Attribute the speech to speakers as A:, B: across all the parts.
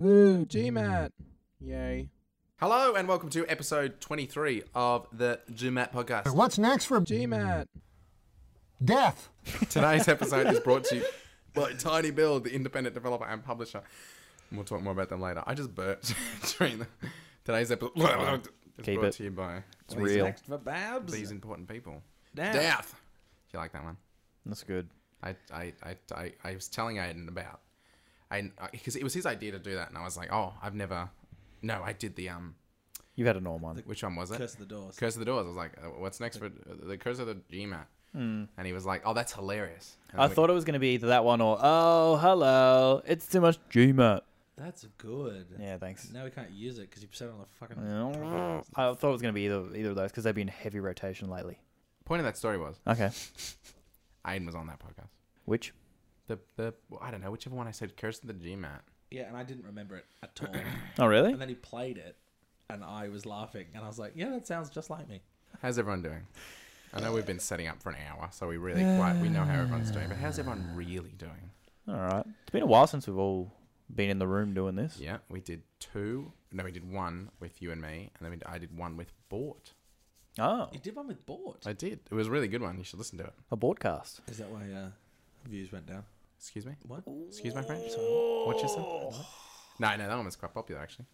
A: Mm.
B: Woo, GMAT. Yay.
C: Hello and welcome to episode 23 of the GMAT podcast.
A: What's next for
B: GMAT.
A: death?
C: Today's episode is brought to you by Tiny Build, the independent developer and publisher. And we'll talk more about them later. I just burped during the, today's episode. It's
D: Keep
C: brought
D: it.
C: to you by
D: It's real.
B: Next for Babs.
C: these important people.
B: Death.
C: Death. You like that one?
D: That's good.
C: I, I, I, I, I was telling Aiden about, I because it was his idea to do that, and I was like, oh, I've never, no, I did the um,
D: You've had a norm on.
C: which one was it?
E: Curse of the Doors.
C: Curse of the Doors. I was like, uh, what's next for the Curse of the GMAT? Mm. And he was like, oh, that's hilarious. And
D: Hmm. I
C: was like,
D: thought it was going to be either that one or oh hello, it's too much GMAT.
E: That's good.
D: Yeah, thanks.
E: Now we can't use it because you said it on the fucking.
D: I thought it was going to be either either of those because they've been in heavy rotation lately.
C: point of that story was
D: Okay,
C: Aiden was on that podcast.
D: which
C: The the well, I don't know whichever one I said Curse of the GMAT.
E: Yeah, and I didn't remember it at all.
D: oh really?
E: and then he played it, and I was laughing, and I was like, "Yeah, that sounds just like me."
C: How's everyone doing? I know we've been setting up for an hour, so we really quite we know how everyone's doing. But how's everyone really doing?
D: All right. It's been a while since we've all been in the room doing this.
C: Yeah, we did two. No, we did one with you and me, and then we, I did one with Bort.
D: Oh,
E: You did one with board.
C: I did. It was a really good one. You should listen to it.
D: a broadcast.
E: Is that why uh, views went down?
C: Excuse me.
E: What?
C: Excuse my French. What you said? No, no, that one was quite popular actually.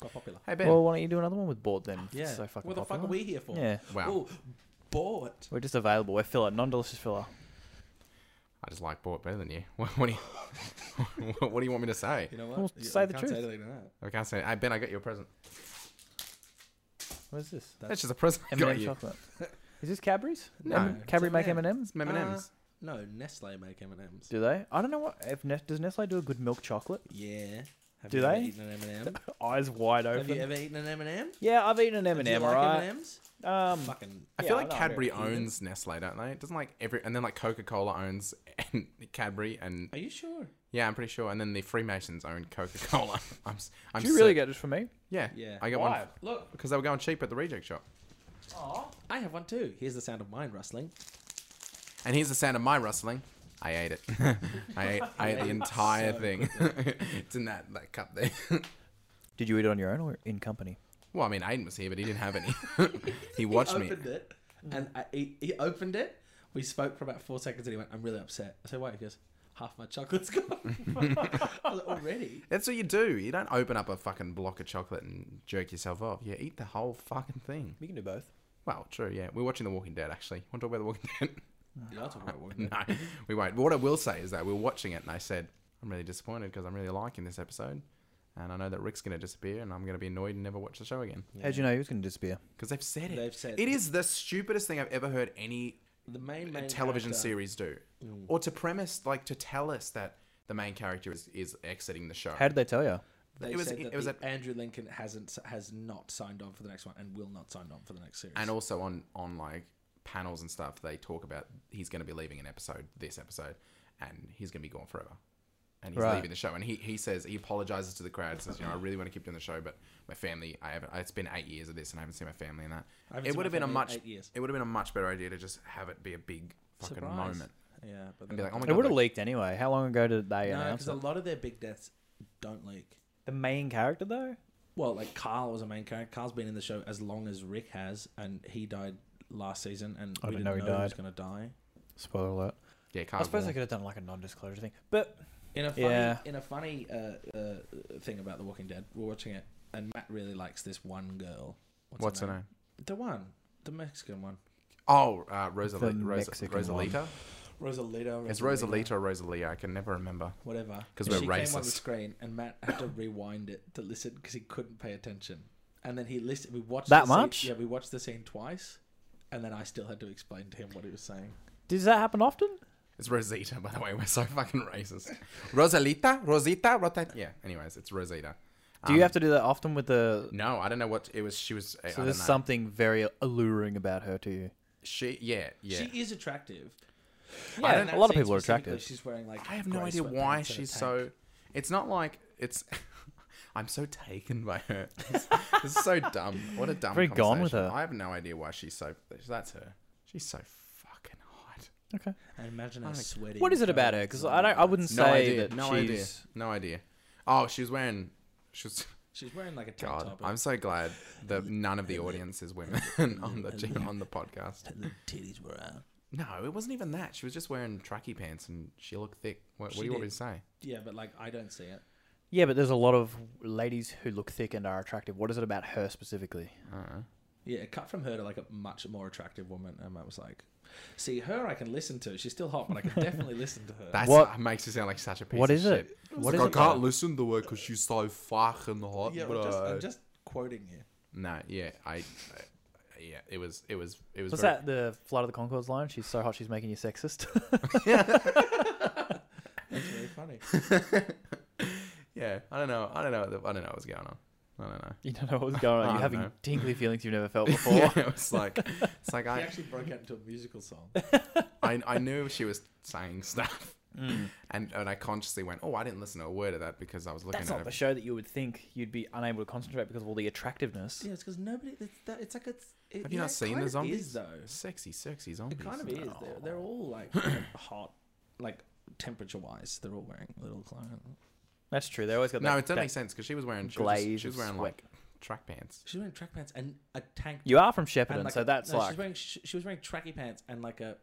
E: Quite popular.
C: Hey Ben.
D: Well, why don't you do another one with board then? if it's
E: Yeah.
D: So fucking
E: what the fuck are
D: popular.
E: we here for?
D: Yeah.
C: Wow.
E: Ooh, bored.
D: We're just available. We're filler, non-delicious filler.
C: I just like Bort better than you. What, what do you? what, what do you want me to say?
E: You know what?
D: Well,
E: You-
D: say
E: I
D: the
E: can't say
D: truth.
E: anything to that.
C: I can't say. Hey Ben, I got you a present.
D: What is this?
C: That's just a present. I got
D: M&M
C: you.
D: chocolate. Is this Cadbury's?
C: No.
D: Em- Cadbury
E: It's
D: make
E: M&M.
D: M&Ms?
C: It's M&Ms.
E: No, Nestle make M and M's.
D: Do they? I don't know what. If Nes- does Nestle do a good milk chocolate?
E: Yeah. Have
D: Do
E: you ever
D: they?
E: eaten an M&M?
D: Eyes wide open.
E: Have you ever eaten an M&M?
D: yeah, I've eaten an M and
E: Do you
D: M.
E: like
D: Right.
E: M&Ms?
D: Um,
E: Fucking
C: I
D: Yeah,
C: feel like
D: I know.
C: Cadbury owns Nestle, don't they? Doesn't like every and then like Coca Cola owns and Cadbury and
E: Are you sure?
C: yeah, I'm pretty sure. And then the Freemasons own Coca Cola. I'm s- I'm
D: do you really
C: cer-
D: get this for me?
C: yeah
E: Yeah.
C: I got
D: Why?
C: one
E: Look,
C: because they were going cheap at the reject shop.
E: I have one too. Here's the sound of mine rustling.
C: And here's the sound of my rustling. I ate it. I ate, I ate the entire thing. it's in that, that cup there.
D: Did you eat it on your own or in company?
C: well, I mean, Aiden was here, but he didn't have any. he watched me.
E: opened it, and I, he, he opened it. We spoke for about four seconds, and he went, "I'm really upset." I said, "Why?" He goes, "Half my chocolate's gone." I was like, already.
C: That's what you do. You don't open up a fucking block of chocolate and jerk yourself off. You eat the whole fucking thing.
D: We can do both.
C: Well, true, yeah. We're watching The Walking Dead, actually. Want to talk about The Walking Dead?
E: Yeah, I'll talk about one.
C: no, we won't. But what I will say is that we're watching it, and I said, I'm really disappointed because I'm really liking this episode. And I know that Rick's going to disappear, and I'm going to be annoyed and never watch the show again.
D: How'd you know he was going to disappear?
C: Because they've said it.
E: They've said-
C: it is the stupidest thing I've ever heard any
E: The main main
C: television
E: character- Mm.
C: series do. Or to premise, like, to tell us that the main character is, is exiting the show.
D: How did they tell you?
E: They
C: It was-
E: said
C: it
E: that
C: was
E: the
C: at- "Oh Oh,
E: uh,
C: uh, Um, Oh, she was
E: Um,
C: wearing. She was.
E: She's wearing like a tank
C: God,
E: top.
C: I'm
E: and
C: so glad that none of the audience is women on the gym, on the podcast.
E: her little titties were out.
C: No, it wasn't even that. She was just wearing tracky pants and she looked thick. What, what
E: She
C: do you want me
E: did.
C: to say?
E: Yeah, but like I don't see it.
D: Yeah, but there's a lot of ladies who look thick and are attractive. What is it about her specifically?
C: Uh,
E: Yeah, it cut from her to like a much more attractive woman, and I was like, "See her, I can listen to. She's still hot, but I can definitely listen to her."
C: that's
D: What-
C: what makes you sound like such a piece
D: what
C: of
D: is
C: shit.
D: it? What
C: Like,
D: is
C: "Oh, I
D: it? about
C: can't
D: it?
C: listen to her because she's so fucking hot,
E: yeah, I'm
C: bro.
E: just, I'm just quoting you.
C: No, yeah, I, I- yeah, it was, it was, it was.
D: What's
C: very-
D: that? The flight of the Concords line? She's so hot, she's making you sexist.
E: That's really funny.
C: Yeah, I don't know, I don't know, I don't know what was going on. I don't know.
D: you don't know what was going on.
C: I
D: You're
C: don't
D: having
C: know.
D: tingly feelings you've never felt before.
C: Yeah, it was like, it's like
E: He
C: I,
E: actually broke out into a musical song.
C: I, I knew she was saying stuff, and and I consciously went, oh, I didn't listen to a word of that because I was looking
D: That's
C: at
D: not the
C: her.
D: show that you would think you'd be unable to concentrate because of all the attractiveness.
E: yeah, it's because nobody. It's, that, it's like it's. It,
C: Have you
E: yeah,
C: not
E: it
C: seen
E: kind
C: the
E: of
C: zombies?
E: Is though.
C: Sexy, sexy zombies.
E: It kind of is. They're, they're all like hot, like temperature wise. They're all wearing little clothes.
D: That's true. They always got that,
C: No, it doesn't
D: that
C: make sense because she was wearing she was, just-
D: glaze.
C: she was
D: of
C: wearing
D: sweat.
C: like track pants.
E: She's wearing track pants and a tank.
D: You are from
E: and
D: Shepparton,
E: like
D: so
E: a-
D: that's
E: no,
D: like
E: she's wearing, she, she was wearing tracky pants and like a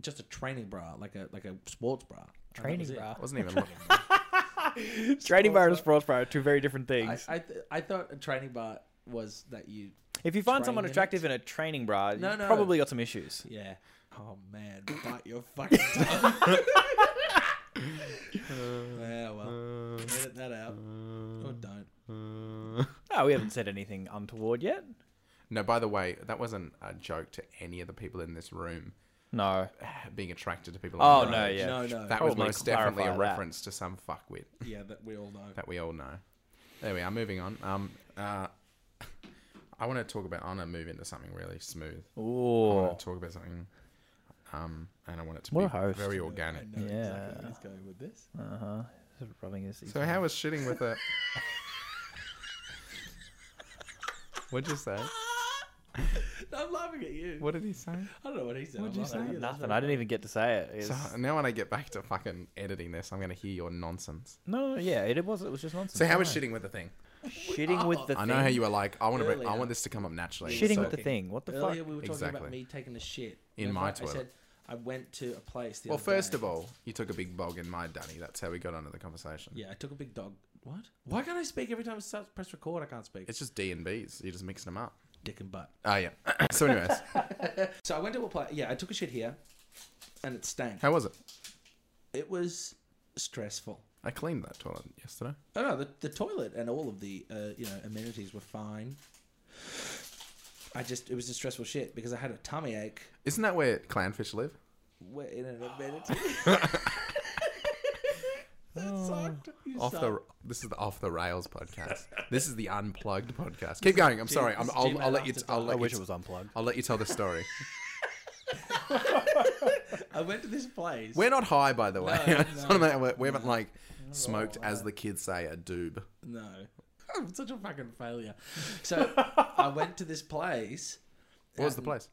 E: just a training bra, like a like a sports bra. And that
D: Training
E: was it.
D: bra.
C: Wasn't even. looking.
D: Trading bar and sports bar are two very different
E: I
D: things.
E: I, th- I thought a training bra was that you.
D: if you find someone
E: Train in it?
D: attractive in a training bra,
E: No,
D: you've
E: no.
D: probably got some issues.
E: Yeah. Oh man, bite your fucking tongue. yeah, well, edit that out
D: Uh,
E: or don't.
D: No, we haven't said anything untoward yet.
C: no, by the way, that wasn't a joke to any of the people in this room
D: No.
C: being attracted to people.
D: Oh,
C: on the
D: no,
C: road.
D: yeah.
E: No, no.
C: That was
D: Probably
C: most definitely a
D: clarify that.
C: reference to some fuckwit
E: yeah, that we all know.
C: that we all know. There we are. Moving on. Um, uh, I want to talk about. I want to move into something really smooth. I
D: Ooh.
C: want to talk about something. Um, and I want it to
D: What a
C: be
D: host.
C: very organic.
E: I know exactly
D: Yeah.
E: where he's going with this.
D: Uh huh. Rubbing his.
C: So how was shitting with a? What'd you say?
E: I'm laughing at you.
C: What did he say?
E: I don't know what he said. What'd
C: you
D: Uh, nothing. I didn't even get to say it. It's-
C: So now when I get back to fucking editing this, I'm gonna hear your nonsense.
D: no, yeah, it, it was. It was just nonsense.
C: So how was
D: Alright.
C: shitting with the thing?
D: shitting with the?
C: I know how
D: thing.
C: you were like, I want to, bring, I
E: Earlier.
C: want this to come up naturally.
D: Shitting
C: so-
D: with the thing. What the
E: Earlier
D: fuck?
E: we were talking
C: Exactly.
E: about me taking a shit
C: In
E: And
C: my
E: I-
C: toilet.
E: I said I went to a place. The
C: Well,
E: other
C: first
E: day.
C: of all, you took a big bog in my dunny. That's how we got onto the conversation.
E: yeah, I took a big dog. What? Why can't I speak every time I start, press record? I can't speak.
C: It's just D and B's. You're just mixing them up.
E: dick and butt.
C: Oh yeah. so anyways,
E: So I went to a place. Yeah, I took a shit here, and it stank.
C: how was it?
E: It was stressful.
C: I cleaned that toilet yesterday.
E: Oh no, the, the toilet and all of the uh, you know amenities were fine. I just it was a stressful shit because I had a tummy ache.
C: Isn't that where clownfish live?
E: We're in an amenity. that sucked. You
C: Off
E: suck.
C: the. This is the off the rails podcast. this is the unplugged podcast. Keep going. I'm sorry. I'm,
E: This is
C: I'll,
E: Gmail
C: I'll let you.
E: after
C: I'll
E: dark.
C: let
D: I
C: you
D: wish
C: t-
D: it was unplugged.
C: I'll let you tell the story.
E: I went to this place.
C: We're not high, by the way.
E: No,
C: I just
E: no,
C: wanna make- we we haven't like smoked, as the kids say, a doob.
E: No. I'm such a fucking failure. So I went to this place.
C: What was the place?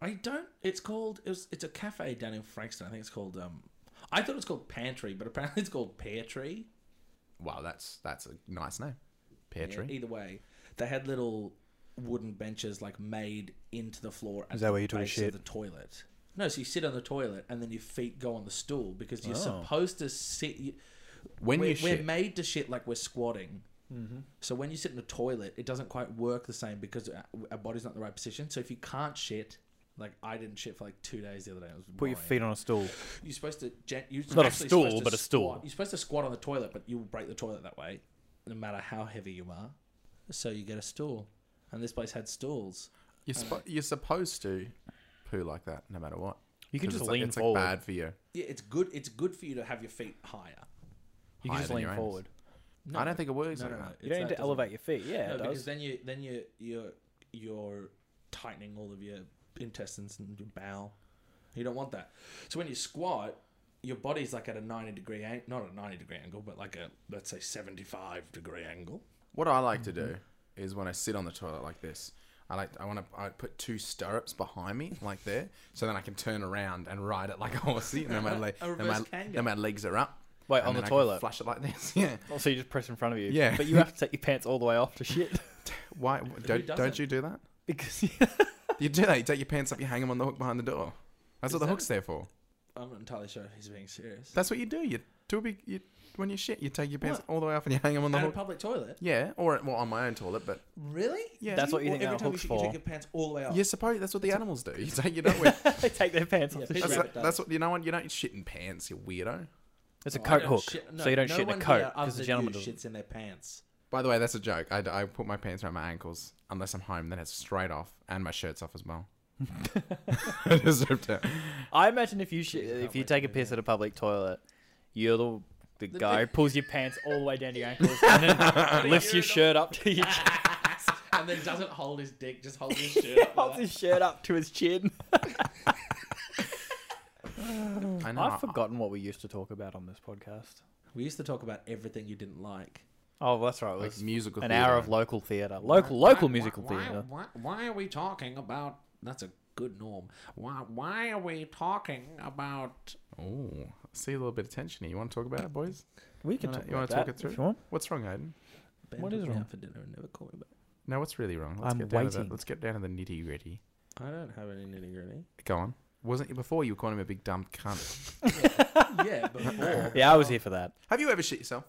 E: I don't. It's called. It was, it's a cafe down in Frankston. I think it's called. Um, I thought it was called Pantry, but apparently it's called Pear Tree.
C: Wow, that's that's a nice name, pear
E: Yeah,
C: tree.
E: either way, they had little wooden benches like made into the floor. At
D: Is that
E: the
D: where you took a
E: base of
D: shit?
E: The toilet. No, so you sit on the toilet and then your feet go on the stool because you're
D: Oh.
E: supposed to sit. You,
C: When
E: we're,
C: you
E: we're
C: shit,
E: made to shit like we're squatting.
D: Mm-hmm.
E: So when you sit in the toilet, it doesn't quite work the same because our- our body's not in the right position. So if you can't shit, like I didn't shit for like two days the other day. It was
D: Put your
E: worrying.
D: feet on a stool.
E: You're supposed to. Gen- you're
D: Not a
E: actually
D: stool,
E: supposed to
D: but a stool.
E: squat. You're supposed to squat on the toilet, but you will break the toilet that way, no matter how heavy you are. So you get a stool, and this place had stools.
C: you're, spo- you're supposed to poo like that, no matter what.
D: You can
C: 'Cause
D: just
C: it's
D: lean
C: like, it's
D: forward.
C: Like bad for you.
E: Yeah, it's good. It's good for you to have your feet higher.
D: You can
C: higher
D: just
C: than
D: lean
C: your anus.
D: forward.
C: I don't think it works.
E: No,
C: like
E: no, no.
C: that.
D: You don't need to elevate your feet. Yeah,
E: No,
D: it
E: because
D: does.
E: then you then you you're you're tightening all of your intestines and your bowel. You don't want that. So when you squat, your body's like at a ninety degree angle, not a ninety degree angle, but like a let's say seventy five degree angle.
C: What I like to
E: Mm-hmm.
C: do is when I sit on the toilet like this. I like. I want to. I put two stirrups behind me, like there, so then I can turn around and ride it like a horsey, and then my, le-
E: A
C: and my,
E: reverse kangaroo.
C: and my legs are up.
D: Wait,
C: and
D: on the
C: then I can
D: toilet.
C: flash it like this. Yeah.
D: Oh, so you just press in front of you.
C: Yeah.
D: But you have to take your pants all the way off to shit.
C: Why don't,
E: does
C: don't
E: it?
C: you do that?
D: Because
C: You do that. You take your pants up. You hang them on the hook behind the door. That's
E: Is
C: what the
E: that
C: hook's there for.
E: I'm not entirely sure if he's being serious.
C: That's what you do. You do a big. You, when you shit, you take your pants all the way up and you hang them on the
E: At a
C: hook.
E: public toilet?
C: Yeah, or well, on my own toilet, but
E: Really?
C: yeah,
D: That's what you
E: Well,
D: think
E: every
D: that
E: time you
D: hook's
E: shit, you take
D: for.
E: your pants all the way up.
C: you suppose that's what the animals do. You take it up with.
D: they take their pants off
E: Yeah,
D: to
E: piss
D: shit.
C: That's,
E: rabbit
C: what,
E: does.
C: that's what you know. What you don't shit in pants, you weirdo.
D: It's a
E: I
D: coat
E: don't
D: hook.
E: shit-
D: so you don't
E: no
D: shit in a
E: one
D: coat
E: here other
D: because the
E: than
D: gentleman
E: you
D: doesn't.
E: shits in their pants.
C: By the way, that's a joke. I, I put my pants around my ankles unless I'm home. Then it's straight off, and my shirt's off as well. I just ripped it.
D: I imagine if you shit, if you take a piss at a public toilet, you're the the guy who pulls your pants all the way down to your ankles and then lifts your shirt up to your chin,
E: and then doesn't hold his dick, just holds his shirt. up
D: holds
E: like that.
D: his shirt up to his chin.
C: I know. I-
D: I've forgotten what we used to talk about on this podcast.
E: We used to talk about everything you didn't like.
D: Oh, well, that's right. It
C: Like
D: was
C: musical
D: an
C: theatre.
D: hour of local theatre, local local musical theatre.
E: Why, why are we talking about? That's a good norm. Why why are we talking about?
C: Oh, I see a little bit of tension here. You want to talk about it, boys?
D: We can
C: Wanna-
D: talk
C: you
D: about
C: wanna
D: that
C: talk it through?
D: if you want.
C: What's wrong, Aiden?
E: Ben
D: What
E: took
D: is
E: me out
D: wrong?
E: for dinner and never called me back.
C: No, what's really wrong?
D: I'm
C: get down to the-
D: waiting.
C: let's get down to the nitty gritty.
E: I don't have any nitty gritty.
C: Go on. Wasn't you before you were calling him a big dumb cunt?
E: yeah, before.
D: Yeah, I was here for that.
C: Have you ever shit yourself?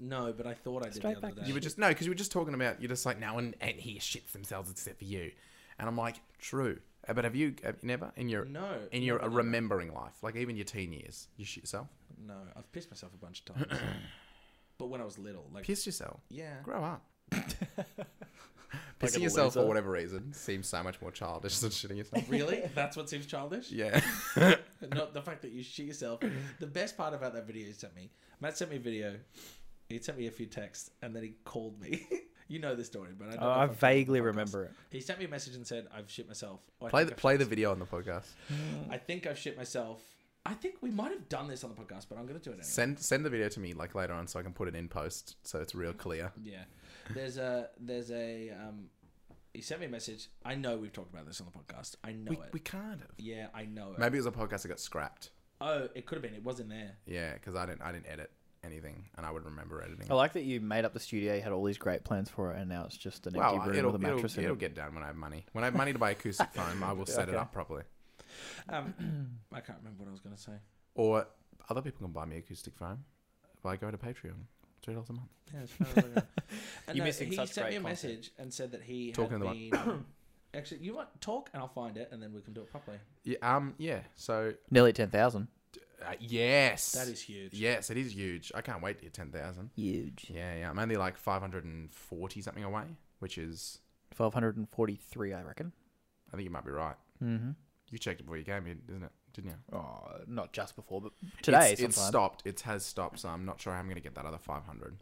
E: No, but I thought I did
D: Straight
E: the
D: back
E: other day.
D: to
C: You were just no, because you were just talking about you're just like no one and he shits themselves except for you, and I'm like true. Uh, But have you, have you never in your
E: no,
C: in your uh, remembering life, like even your teen years, you shit yourself,
E: no, I've pissed myself a bunch of times. but when I was little, like
C: piss yourself,
E: yeah,
C: grow up.
D: Like a
C: Pissing yourself for
D: loser.
C: whatever reason seems so much more childish than shitting yourself.
E: really, that's what seems childish.
C: yeah.
E: Not the fact that you shit yourself. The best part about that video he sent me, Matt sent me a video. He sent me a few texts, and then he called me. you know the story, but I don't.
C: Uh,
E: know
D: Oh, I
E: if I've told it on
D: vaguely
E: the podcast.
D: remember it.
E: He sent me a message and said, "I've shit myself." Or, I
C: Play the
E: think I've
C: play
E: shit
C: the video on the podcast.
E: myself. I think I've shit myself. I think we might have done this on the podcast, but I'm gonna do it anyway.
C: Send send the video to me like later on so I can put it in post so it's real clear.
E: Yeah. There's a there's a um he sent me a message. I know we've talked about this on the podcast. I know
C: We,
E: it.
C: we kind of.
E: yeah, I know it.
C: Maybe it was a podcast that got scrapped.
E: Oh, it could have been. It wasn't there.
C: Yeah, because I didn't I didn't edit anything and I would remember editing.
D: I like that you made up the studio, you had all these great plans for it, and now it's just an empty
C: Well,
D: room
C: it'll,
D: with a
C: it'll,
D: mattress in
C: it'll
D: it.
C: get done when I have money. When I have money to buy acoustic foam, I will set it
D: Okay.
C: up properly.
E: Um, I can't remember what I was gonna say.
C: Or other people can buy me acoustic foam by going to Patreon. Three dollars a month.
E: Yeah, it's probably gonna- and
D: You're
E: no,
D: missing
E: he
D: such
E: sent me
D: great
E: a
D: content.
E: message and said that he
C: Talking
E: had
C: to
E: been. Actually, you want talk and I'll find it and then we can do it properly.
C: Yeah. Um. Yeah. So.
D: Nearly ten thousand.
C: Uh, yes.
E: That is huge.
C: Yes, it is huge. I can't wait to hit ten thousand.
D: Huge.
C: Yeah. Yeah. I'm only like five hundred and forty something away, which is
D: Twelve hundred and forty-three, I reckon.
C: I think you might be right.
D: Mm-hmm.
C: You checked it before you came in, didn't it? Didn't you?
D: Oh, not just before, but today.
C: it's, it's
D: sometime.
C: stopped. It has stopped, so I'm not sure how I'm going to get that other 500.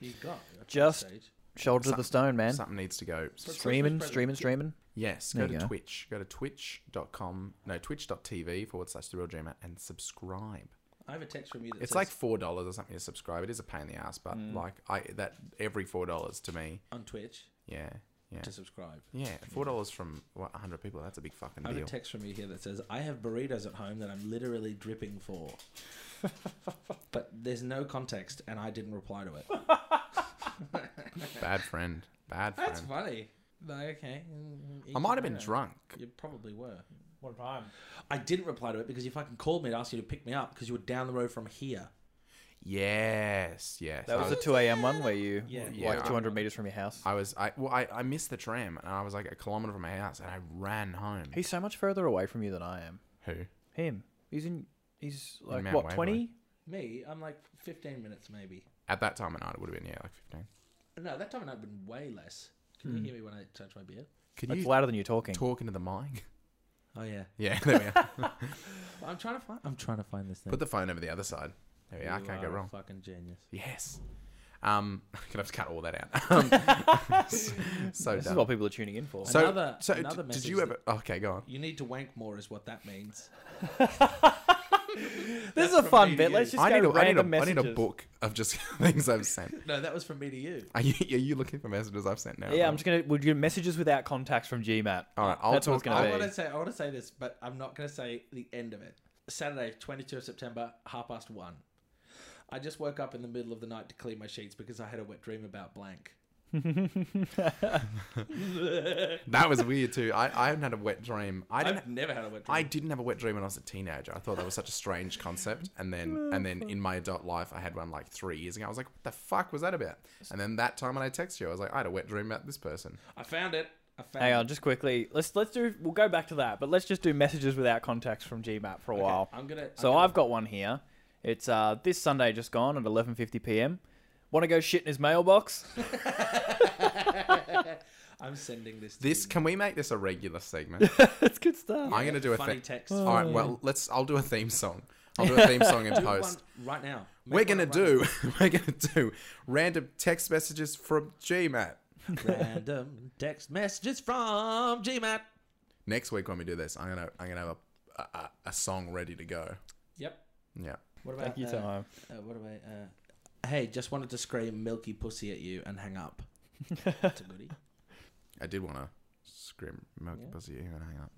E: You got it at
D: Just-
E: that stage.
D: Shoulders of the stone, man.
C: Something needs to go.
E: But-
D: Streaming,
E: Christmas
D: streaming, streaming.
C: Yes,
D: There
C: go
D: you
C: to
D: go.
C: Twitch. Go to twitch.com, no, twitch.tv forward slash The Real Dreamer and subscribe.
E: I have a text from you that
C: It's
E: says
C: like $4 or something to subscribe. It is a pain in the ass, but like I that every $4 to me,
E: on Twitch
C: yeah, yeah.
E: to subscribe.
C: yeah, $4 from what, 100 people, that's a big fucking
E: I have a
C: deal.
E: text from you here that says, I have burritos at home that I'm literally dripping for. but there's no context, and I didn't reply to it.
C: Bad friend. Bad friend.
E: That's funny. Like, okay. mm,
C: I might have been
E: drunk.
C: drunk.
E: You probably were.
D: What time?
E: I didn't reply to it because you fucking called me to ask you to pick me up because you were down the road from here.
C: Yes, yes.
D: That
C: I
D: was a two a.m. one where you
E: Yeah.
D: like
C: Yeah.
D: two hundred meters from your house.
C: I was I well I, I missed the tram and I was like a kilometer from my house and I ran home.
D: He's so much further away from you than I am.
C: Who?
D: Him. He's in. He's like
C: Mount
D: what
C: Waverley.
D: twenty?
E: Me, I'm like 15 minutes maybe.
C: At that time of night it would have been yeah like fifteen.
E: No, that time I've been way less. Can
C: Hmm.
E: you hear me when I touch my beard?
C: Can
D: It's
C: you
D: louder than you talking.
C: talk into the mic?
E: Oh yeah.
C: Yeah, there we are.
E: I'm trying to find. I'm trying to find this thing.
C: Put the phone over the other side. There we are. I
E: You
C: can't go
E: are a
C: wrong.
E: Fucking genius.
C: Yes. Um, I'm gonna have to cut all that out. Um, so
D: this is
C: dumb.
D: what people are tuning in for.
C: so
E: Another-
C: so d-
E: another
C: did
E: message
C: you ever? Okay, go on.
E: You need to wank more, is what that means.
D: this is a
E: from
D: fun
E: me to
D: bit.
E: you.
D: Let's just
C: I
D: go
C: need, a, I, need a,
D: random
C: I need a
D: messages.
C: book of just things I've sent.
E: No, that was from me to you.
C: Are you, are you looking for messages I've sent now?
D: Yeah, I'm just gonna. We'll do messages without contacts from GMAT.
C: All right, I'll
D: That's
C: talk.
D: what it's gonna
E: I
D: be.
E: want to say I want to say this, but I'm not going to say the end of it. Saturday, 22 of September, half past one. I just woke up in the middle of the night to clean my sheets because I had a wet dream about blank.
C: That was weird too. I, I hadn't had a wet dream. I didn't.
E: I've never had a wet dream.
C: I didn't have a wet dream when I was a teenager. I thought that was such a strange concept. And then and then in my adult life, I had one like three years ago. I was like, what the fuck was that about? And then that time when I texted you, I was like, I had a wet dream about this person.
E: I, found it. I found
D: Hang
E: it.
D: on, just quickly. Let's let's do. We'll go back to that, but let's just do messages without contacts from GMAT for a while.
E: I'm gonna.
D: So
E: I'm gonna,
D: I've got one here. It's uh, this Sunday just gone at 11:50 p.m. Want to go shit in his mailbox?
E: I'm sending this. To
C: This
E: you.
C: can we make this a regular segment?
D: That's good stuff.
C: I'm gonna do a
E: funny
C: thing.
E: text.
C: All right, well let's. I'll do a theme song. I'll do a theme song and
E: Do one
C: post.
E: right now. Make
C: We're
E: one
C: gonna
E: right
C: do. We're gonna do random text messages from GMAT.
E: now. random text messages from GMAT.
C: Next week when we do this, I'm gonna I'm gonna have a a, a- a song ready to go.
E: Yep.
C: Yeah.
E: What about
D: Thank you,
E: uh,
D: Tom.
E: Uh, what about? Uh, hey, just wanted to scream "milky pussy" at you and hang up. That's a goodie.
C: I did want to scream milk
E: Yeah.
C: pussy and hang up.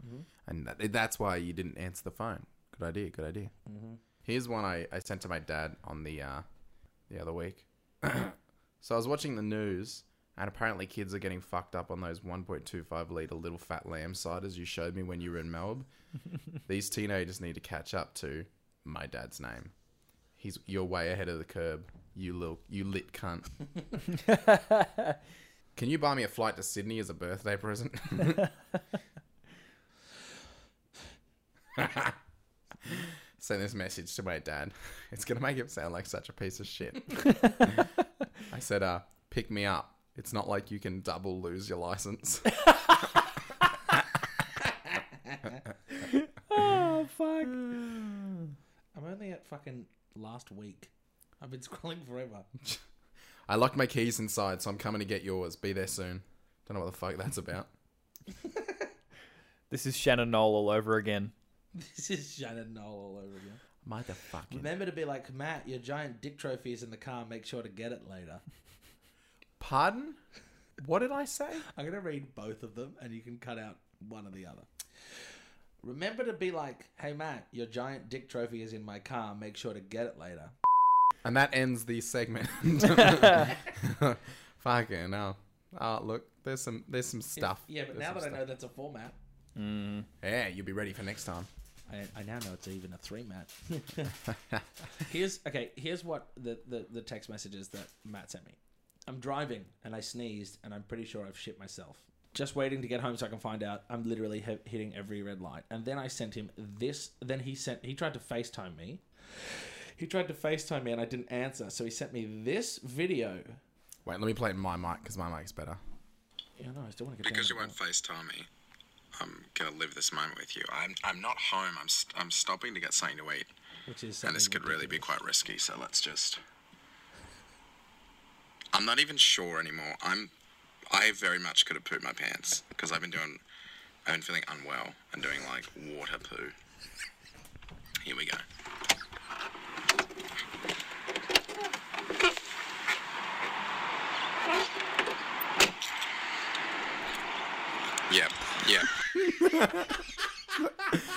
C: And that, eh, that's why you didn't answer the phone. Good idea. Good idea. Here's one I, I sent to my dad on the uh, the other week. so I was watching the news, and apparently kids are getting fucked up on those 1.25 liter little fat lamb ciders you showed me when you were in Melbourne. These teenagers need to catch up to my dad's name. He's you're way ahead of the curb. You little you lit cunt. Can you buy me a flight to Sydney as a birthday present? Send this message to my dad. It's gonna make him sound like such a piece of shit. I said, uh, pick me up. It's not like you can double lose your license.
D: Oh fuck.
E: I'm only at fucking last week. I've been scrolling forever.
C: I locked my keys inside, so I'm coming to get yours. Be there soon. Don't know what the fuck that's about.
D: This is Shannon Knoll all over again.
E: This is Shannon Knoll all over again.
C: Motherfucking
E: Remember to be like Matt. Your giant dick trophy is in the car. Make sure to get it later.
C: pardon? What did I say?
E: I'm gonna read both of them, and you can cut out one or the other. Remember to be like, "Hey Matt, your giant dick trophy is in my car. Make sure to get it later."
C: And that ends the segment. Fucking hell. Oh, look, there's some there's some stuff.
E: Yeah, but
C: There's some
E: now that I
C: stuff.
E: know that's a four Matt,
C: Yeah, you'll be ready for next time.
E: I, I now know it's even a three Matt. here's okay. Here's what the, the the text messages that Matt sent me. I'm driving and I sneezed and I'm pretty sure I've shit myself. Just waiting to get home so I can find out. I'm literally he- hitting every red light. And then I sent him this. Then he sent. He tried to FaceTime me. He tried to FaceTime me and I didn't answer. So he sent me this video.
C: Wait, let me play it in my mic because my mic's better.
E: Yeah, no, I still want to get down
F: Because
E: to
F: you
E: the-
F: won't FaceTime me, I'm gonna live this moment with you. I'm, I'm not home. I'm st- I'm stopping to get something to eat,
E: Which is
F: and this
E: something
F: could really be quite risky. So let's just. I'm not even sure anymore. I'm, I very much could have pooed my pants because I've been doing, I've been feeling unwell and doing like water poo. Here we go. Yep. Yep.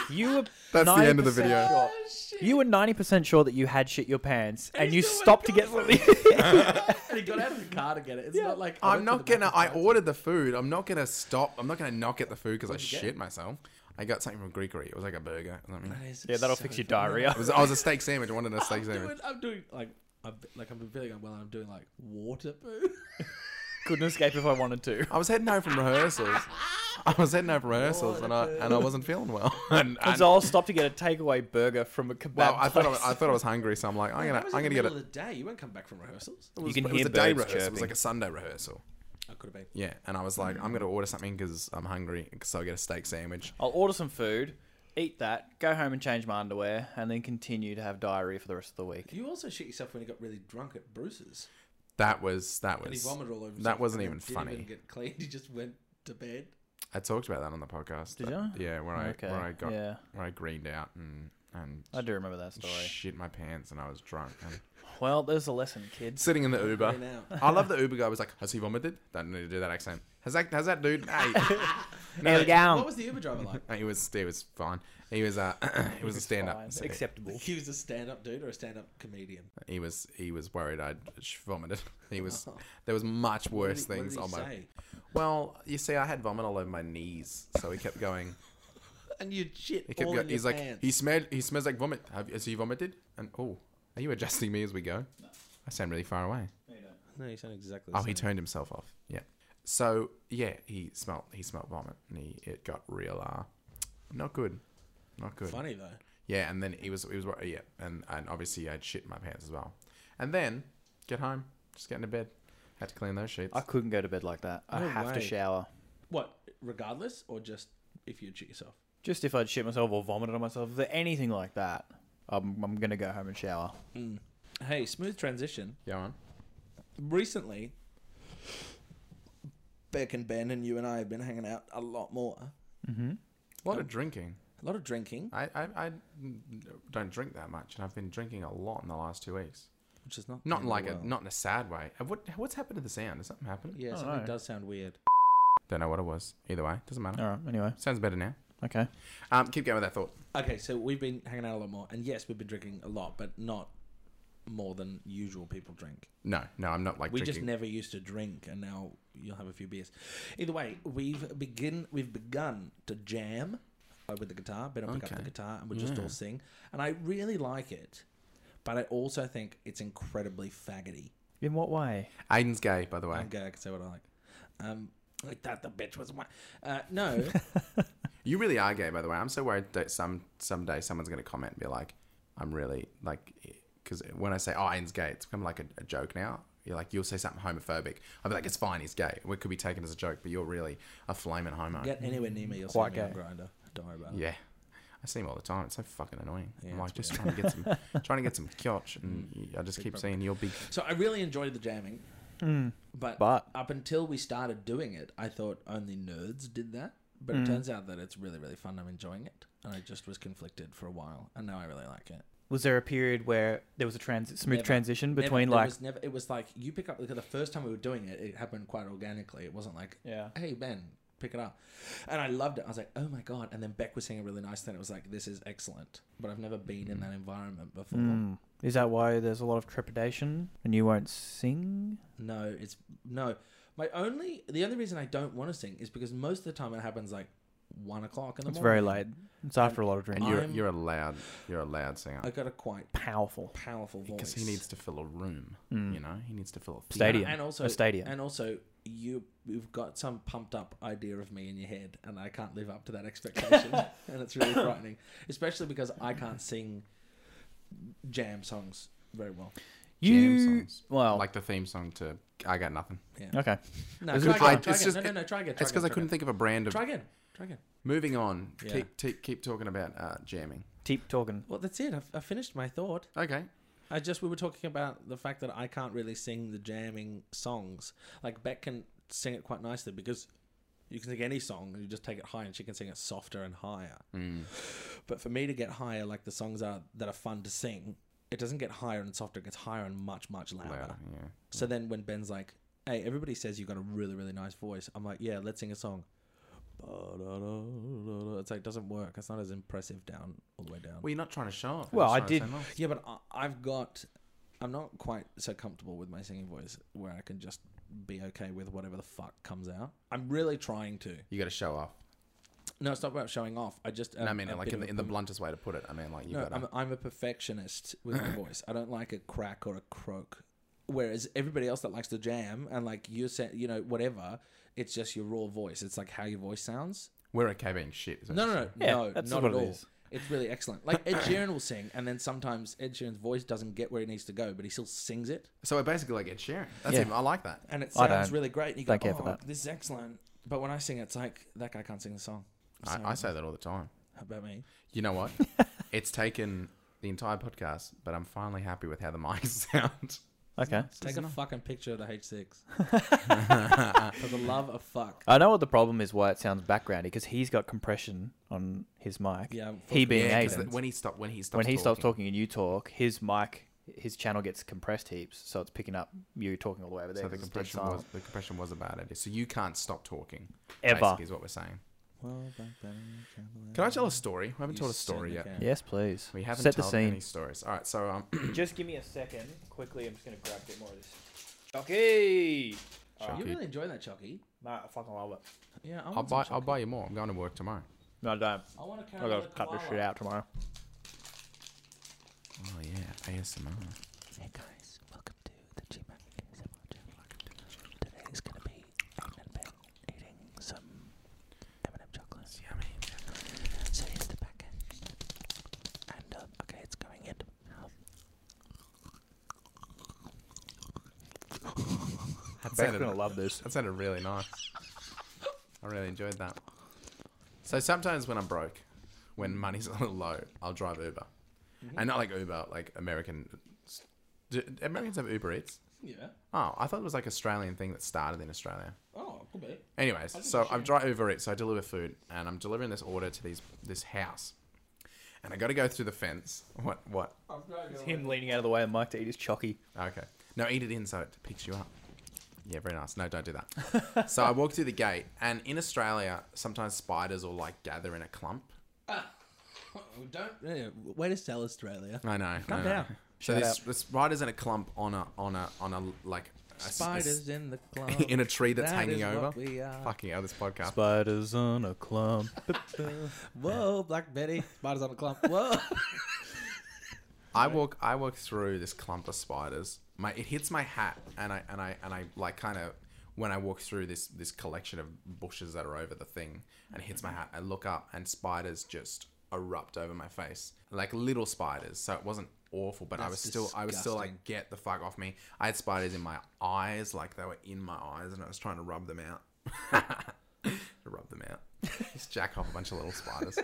D: You were
C: That's the end of the
D: 90%
C: video.
D: sure- You were ninety percent sure that you had shit your pants, Oh, and,
E: he
D: you
E: still went
D: stopped to
E: and
D: get
E: got
D: something.
E: And he got out of the car to get it. It's not like I
C: I'm
E: went to
C: not
E: the back
C: gonna.
E: of the
C: I
E: car.
C: ordered the food. I'm not gonna stop. I'm not gonna knock at the food because I
E: you get?
C: shit myself. I got something from Greekery. It was like a burger. Or something. It
E: It's
D: yeah, that'll
E: so
D: fix your
E: funny.
D: diarrhea.
C: was, I was a steak sandwich. I wanted a steak
E: I'm
C: sandwich.
E: doing, I'm doing like I'm like I'm feeling unwell. and I'm doing like water poo.
D: Couldn't escape if I wanted to.
C: I was heading home from rehearsals. I was heading home from rehearsals, and I and I wasn't feeling well. And,
D: And
C: and
D: so I'll stop to get a takeaway burger from a kebab.
C: well, I thought I,
D: place.
C: was, I thought I was hungry, so I'm like, I'm gonna
E: That was
C: I'm
E: in
C: gonna
E: the
C: get
E: middle
C: it.
E: of the day. You won't come back from rehearsals.
C: It was-
D: can
C: it was
D: hear
C: a day
D: birds
C: rehearsal. It was
D: chirping.
C: like a Sunday rehearsal.
E: I could have been.
C: Yeah, and I was like, I'm gonna order something because I'm hungry, so I get a steak sandwich.
D: I'll order some food, eat that, go home and change my underwear, and then continue to have diarrhea for the rest of the week.
E: You also shit yourself when you got really drunk at Bruce's.
C: That was that
E: And he
C: was
E: vomited all over. himself
C: that wasn't
E: and
C: even
E: didn't
C: funny.
E: Even get cleaned. He just went to bed.
C: I talked about that on the podcast.
D: Did
C: that-
D: you?
C: Yeah, where I
D: Okay,
C: where I got
D: yeah.
C: where I greened out and and
D: I do remember that story.
C: shit my pants and I was drunk and
D: Well, there's a lesson, kids.
C: sitting in the Uber.
E: Green out.
C: I love the Uber guy was like, "Has he vomited?" Don't need to do that accent. Has that has that dude? Hey.
D: Nail
C: Um,
E: What was the Uber driver like?
C: he was he was fine. He was uh, he was a stand up.
D: Fine. Acceptable.
E: He was a stand-up dude or a stand-up comedian.
C: He was he was worried I'd sh- vomited. He was there was much worse
E: Oh. What did
C: things
E: he
C: on my.
E: say?
C: Well, you see, I had vomit all over my knees, so he kept going.
E: And you shit
C: He kept
E: all
C: going.
E: in
C: He's
E: your
C: like
E: pants.
C: he smelled. He smells like vomit. Have, has he vomited? And oh, are you adjusting me as we go? I sound really far away.
E: No, you sound exactly.
C: Oh, he turned himself off. Yeah. So yeah, he smelt he smelt vomit and he it got real uh not good. Not good.
E: funny though.
C: Yeah, and then he was he was wor- yeah, and, and obviously I'd shit my pants as well. And then get home, just get into bed. Had to clean those sheets.
D: I couldn't go to bed like that. I
E: No
D: have to
E: way.
D: shower.
E: What? Regardless, or just if you shit yourself?
D: Just if I'd shit myself or vomited on myself, if anything like that, I'm, I'm gonna go home and shower.
E: Hey, smooth transition.
C: Go on.
E: Recently, Beck and Ben and you and I have been hanging out a lot more.
C: A lot of drinking.
E: A lot of drinking,
C: I, I I don't drink that much, and I've been drinking a lot in the last two weeks.
E: which is not the
C: Not
E: end
C: in
E: of
C: like
E: the
C: a
E: world.
C: not in a sad way. Uh, What what's happened to the sound? Has something happened?
D: I
E: Yeah,
D: don't
E: something
D: know.
E: does sound weird.
C: Don't know what it was. Either way, doesn't matter.
D: All right. Anyway,
C: Sounds better now.
D: okay.
C: Um, keep going with that thought.
E: Okay, so we've been hanging out a lot more, and yes, we've been drinking a lot, but not more than usual people drink.
C: No, no, I'm not like
E: We
C: drinking.
E: just never used to drink, and now you'll have a few beers. Either way, we've begin we've begun to jam uh, with the guitar. Better pick up the
C: Okay.
E: guitar, and we just all sing. And I really like it, but I also think it's incredibly faggoty.
D: In what way?
C: Aiden's gay, by the way.
E: I'm gay. I can say what I like. Um, like that, the bitch was one. Uh, no,
C: You really are gay, by the way. I'm so worried that some someday someone's going to comment and be like, "I'm really like," because when I say, "Oh, Aiden's gay," it's become like a, a joke now. You're like, you'll say something homophobic. I'll be like, "It's fine, he's gay." Well, It could be taken as a joke, but you're really a flaming homo.
E: get anywhere near me, you'll
D: Quite
E: see me on
D: gay.
E: grinder. Don't worry about it.
C: yeah, I see him all the time. It's so fucking annoying.
E: Yeah,
C: I'm like
E: it's Mm.
C: just trying to get some, trying to get some kyotch, and y- I just keep seeing your big.
E: So I really enjoyed the jamming, but,
D: But-
E: up until we started doing it, I thought only nerds did that. But it turns out that it's really, really fun. I'm enjoying it, and I just was conflicted for a while, and now I really like it.
D: Was there a period where there was a trans- smooth
E: Never-
D: transition
E: never-
D: between
E: there
D: like?
E: was never, it was like you pick up like, the first time we were doing it. It happened quite organically. It wasn't like
D: Yeah.
E: hey Ben, pick it up. And I loved it. I was like, oh my god. And then Beck was saying a really nice thing. It was like, this is excellent. But I've never been in that environment before.
D: Mm. Is that why there's a lot of trepidation and you won't sing?
E: No, it's no. My only the only reason I don't want to sing is because most of the time it happens like one o'clock in the
D: It's very
E: morning.
D: late. It's after a lot of
C: And
D: drinking.
C: you're
E: I'm-
C: you're a loud you're a loud singer
E: I got a quite
D: powerful.
E: powerful voice
C: because he needs to fill a room. You know, he needs to fill a
D: Stadium.
E: and also
D: A stadium.
E: and also you you've got some pumped up idea of me in your head, and I can't live up to that expectation, and it's really frightening, especially because I can't sing jam songs very well.
C: Jam
D: You
C: songs.
D: well,
C: like the theme song to I got nothing.
D: okay.
E: No,
C: It's because I-
E: try again, try
C: it's
E: again.
C: just-
E: no, no, no, try again. Try
C: It's because I
E: again,
C: couldn't think of a brand of
E: Try again. Try again.
C: Moving on.
E: Yeah.
C: Keep, keep keep talking about uh, jamming.
D: Keep talking.
E: Well, that's it. I've, I finished my thought.
C: Okay.
E: I just we were talking about the fact that I can't really sing the jamming songs. Like Beck can sing it quite nicely because you can sing any song and you just take it high, and she can sing it softer and higher.
C: Mm.
E: But for me to get higher, like the songs are that are fun to sing, it doesn't get higher and softer. It gets higher and much much louder.
C: Louder, yeah.
E: So then when Ben's like, "Hey, everybody says you've got a really really nice voice," I'm like, "Yeah, let's sing a song." It's like it doesn't work. It's not as impressive down all the way down.
C: Well, you're not trying to show off.
D: Well,
C: You're
D: I
C: just trying to
D: did-
C: say nice.
E: Yeah, but I, I've got. I'm not quite so comfortable with my singing voice where I can just be okay with whatever the fuck comes out. I'm really trying to.
C: You got to show off.
E: No, it's not about showing off. I just.
C: No, I
E: am
C: mean,
E: Um, a
C: like
E: bit
C: in
E: of
C: the,
E: a
C: in the
E: per-
C: bluntest way to put it. I mean, like you
E: No,
C: got
E: I'm,
C: to.
E: I'm a perfectionist with my voice. I don't like a crack or a croak. Whereas everybody else that likes to jam and like you said, you know, whatever, it's just your raw voice. It's like how your voice sounds.
C: We're okay being shit. is what
E: No,
C: you're
E: no,
C: saying.
E: no,
D: Yeah,
E: no
D: that's
E: not
D: what
E: at
D: it
E: all.
D: is.
E: It's really excellent. Like Ed Sheeran will sing, and then sometimes Ed Sheeran's voice doesn't get where it needs to go, but he still sings it,
C: So we're basically like Ed Sheeran. That's
D: Yeah.
C: him. I like that.
E: and it
D: I
E: sounds
D: don't-
E: really great. And you go,
D: don't care for
E: "Oh,
D: that."
E: this is excellent." But when I sing, it, it's like that guy can't sing the song. So,
C: I, I say that all the time.
E: how about me?
C: You know what? it's taken the entire podcast, but I'm finally happy with how the mics sound.
D: Okay.
E: Take a fucking picture of the H6 for the love of fuck.
D: I know what the problem is. Why it sounds backgroundy because he's got compression on his mic.
E: Yeah,
D: He being
C: Yeah, 'cause
D: Aiden.
C: the- when he stopped, when he stops,
D: when he stops talking and you talk, his mic, his channel gets compressed heaps, so it's picking up you talking all the way over there.
C: so the
D: 'cause it's dead
C: compression was
D: silent.
C: the compression was about it. So you can't stop talking.
D: Ever.
C: basically Is what we're saying. Can I tell a story? I haven't told a story yet.
D: Yes, please.
C: We haven't
D: Set the
C: told
D: scene.
C: any stories. All right, so um,
D: Just give me a second. Quickly, I'm just going to grab a bit more of this. Chucky!
E: Oh, You
C: Chucky.
E: really enjoy that, Chucky.
D: Nah, I fucking love it.
E: Yeah, I
C: I'll
E: want some
C: buy. I'll
E: Chucky.
C: buy you more. I'm going to work tomorrow.
D: No, I don't.
E: I want to carry
D: i got to
E: another
D: cut this
E: koala.
D: shit out tomorrow.
C: Oh yeah, ASMR.
E: Hey guys, welcome to the G-Man ASMR channel. Today's gonna be Bang and Ben eating some M&M chocolates.
C: Yummy.
E: So here's the packet. And um, okay, it's going in.
C: That
D: Beck's
C: sounded,
D: going to love this.
C: that sounded really nice. I really enjoyed that. So sometimes when I'm broke, when money's a little low, I'll drive Uber,
E: Mm-hmm.
C: and not like Uber, like American. Do Americans have Uber Eats?
E: Yeah.
C: Oh, I thought it was like Australian thing that started in Australia.
E: Oh, could be.
C: Anyways,
E: didn't
C: so
E: share.
C: I'm dry over it, so I deliver food, and I'm delivering this order to these this house, and I got to go through the fence. What? What?
D: It's him leaning out of the way of Mike to eat his Chucky.
C: Oh, Okay. No, eat it in so it picks you up. Yeah, very nice. No, don't do that. so I walk through the gate, and in Australia, sometimes spiders will like gather in a clump.
E: Don't. Yeah, way to sell Australia.
C: I know. Come
D: down.
C: So
D: Shut
C: this, the spiders in a clump on a on a on a like a s- a s-
E: Spiders in the club.
C: in a tree that's
E: That
C: hanging
E: is
C: over.
E: what we are.
C: Fucking hell, this podcast.
D: Spiders on a clump.
E: Whoa, Black Betty. Spiders on a clump. Whoa.
C: I walk I walk through this clump of spiders. My it hits my hat and I and I and I like kind of when I walk through this this collection of bushes that are over the thing and it hits
E: Mm-hmm.
C: my hat. I look up and spiders just erupt over my face. Like little spiders. So it wasn't awful, but I was
E: That's
C: still I was still like
E: disgusting.
C: get the fuck off me. I had spiders in my eyes, like they were in my eyes and I was trying to rub them out. to rub them out. Just jack off a bunch of little spiders.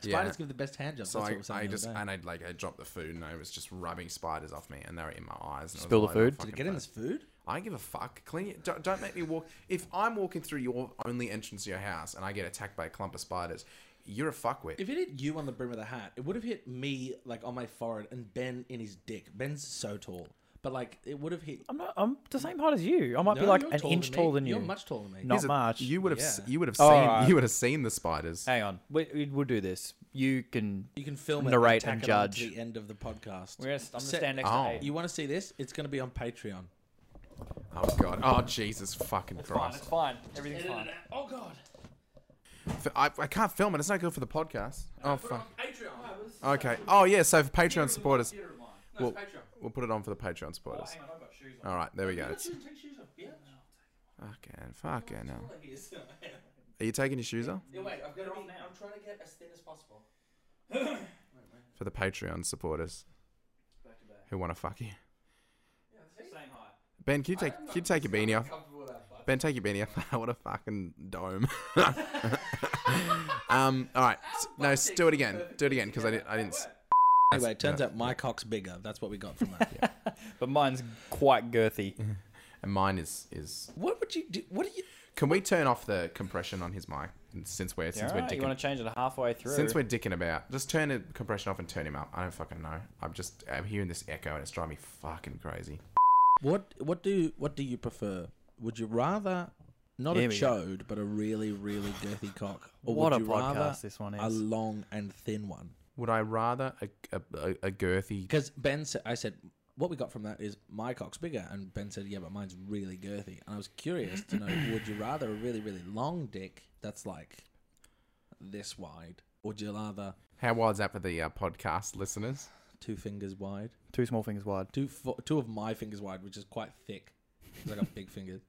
E: Spiders give the best hand jobs.
C: So
E: That's
C: I,
E: what we're saying
C: I
E: the other
C: just
E: day.
C: and I would like I dropped the food and I was just rubbing spiders off me and they were in my eyes. And I was
D: Spill the
C: like, "Oh,
D: food?
C: fucking
E: Did it get in
C: fuck."
E: this food?
C: I don't give a fuck. Clean it. Don't, don't make me walk. If I'm walking through your only entrance to your house and I get attacked by a clump of spiders, you're a fuckwit.
E: If it hit you on the brim of the hat, it would have hit me like on my forehead and Ben in his dick. Ben's so tall, but like it would have hit.
D: I'm not. I'm the same height as you. I might be
E: No,
D: like
E: you're
D: an
E: taller
D: inch
E: than me.
D: taller than you.
E: You're much taller than me.
D: Not
C: Here's the-
D: much.
C: You would have.
E: Yeah. Oh, uh,
C: s You would have
D: All
C: seen.
D: right.
C: You would have seen the spiders.
D: Hang on. We, we, we'll do this. You can.
E: You can film it.
D: Narrate
E: tack
D: and
E: it on to
D: judge.
E: the end of the podcast.
D: We're gonna, I'm gonna
E: Set-
D: stand next
C: Oh.
D: to Aiden.
E: You want to see this? It's going to be on Patreon.
C: Oh god. Oh Jesus fucking Christ.
D: fine. Everything's fine.
E: Oh God!
C: F- I, I can't film it. It's not good for the podcast. Oh fuck.
E: Patreon.
C: Okay. Oh yeah. So for Patreon supporters, we'll, we'll put it on for the
E: Oh,
C: Patreon supporters. All right. There we go. It's- Fucking, fucking hell. Are you taking your shoes off?
E: wait, I've got to be, I'm trying to get as thin as possible.
C: For the Patreon supporters who want to fuck you. Ben, can you take, can you take your beanie off? Ben, take your beanie off. what a fucking dome. um, all right. S- No, s- do it again. Do it again because I didn't. I didn't. s-
E: Anyway, it turns out my cock's bigger. That's what we got from that.
D: But mine's quite girthy.
C: And mine is is.
E: What would you do? What do you?
C: Can we turn off the compression on his mic since we're since
D: Alright,
C: we're
D: you
C: dicking
D: want to change it halfway through?
C: Since we're dicking about, just turn the compression off and turn him up. I don't fucking know. I'm just I'm hearing this echo and it's driving me fucking crazy.
E: What what do what do you prefer? Would you rather not
D: Here
E: a
D: we go.
E: chode but a really really girthy cock, or
D: What
E: would
D: a
E: you rather
D: podcast this one
E: a
D: is.
E: long and thin one?
C: Would I rather a a, a, a girthy?
E: Because Ben said, I said what we got from that is my cock's bigger, and Ben said yeah, but mine's really girthy. And I was curious to know would you rather a really really long dick that's like this wide, or would you rather
C: How wide's that for the uh, podcast listeners?
E: two fingers wide,
D: Two small fingers wide.
E: two fo- two of my fingers wide, which is quite thick. 'cause I got big fingers.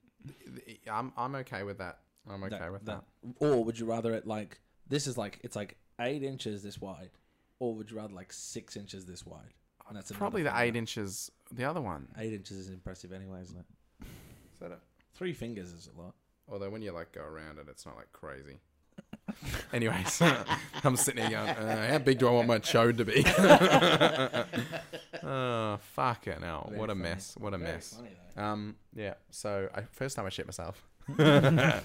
C: I'm I'm okay with that. I'm okay
E: that-
C: with that.
E: that- Or would you rather it like this is like it's like eight inches this wide, or would you rather like six inches this wide? And that's
C: Probably
E: another
C: the eight
E: finger.
C: inches. The other one.
E: Eight inches is impressive anyway, isn't it?
C: Is that it?
E: Three fingers is a lot.
C: Although when you like go around it, it's not like crazy. Anyways, I'm sitting here going, uh, how big do I want my chode to be? oh, fucking hell.
E: Very
C: what a
E: funny.
C: mess. What a
E: Very
C: mess.
E: funny, though.
C: Um, yeah. So I first time I shit myself. Did I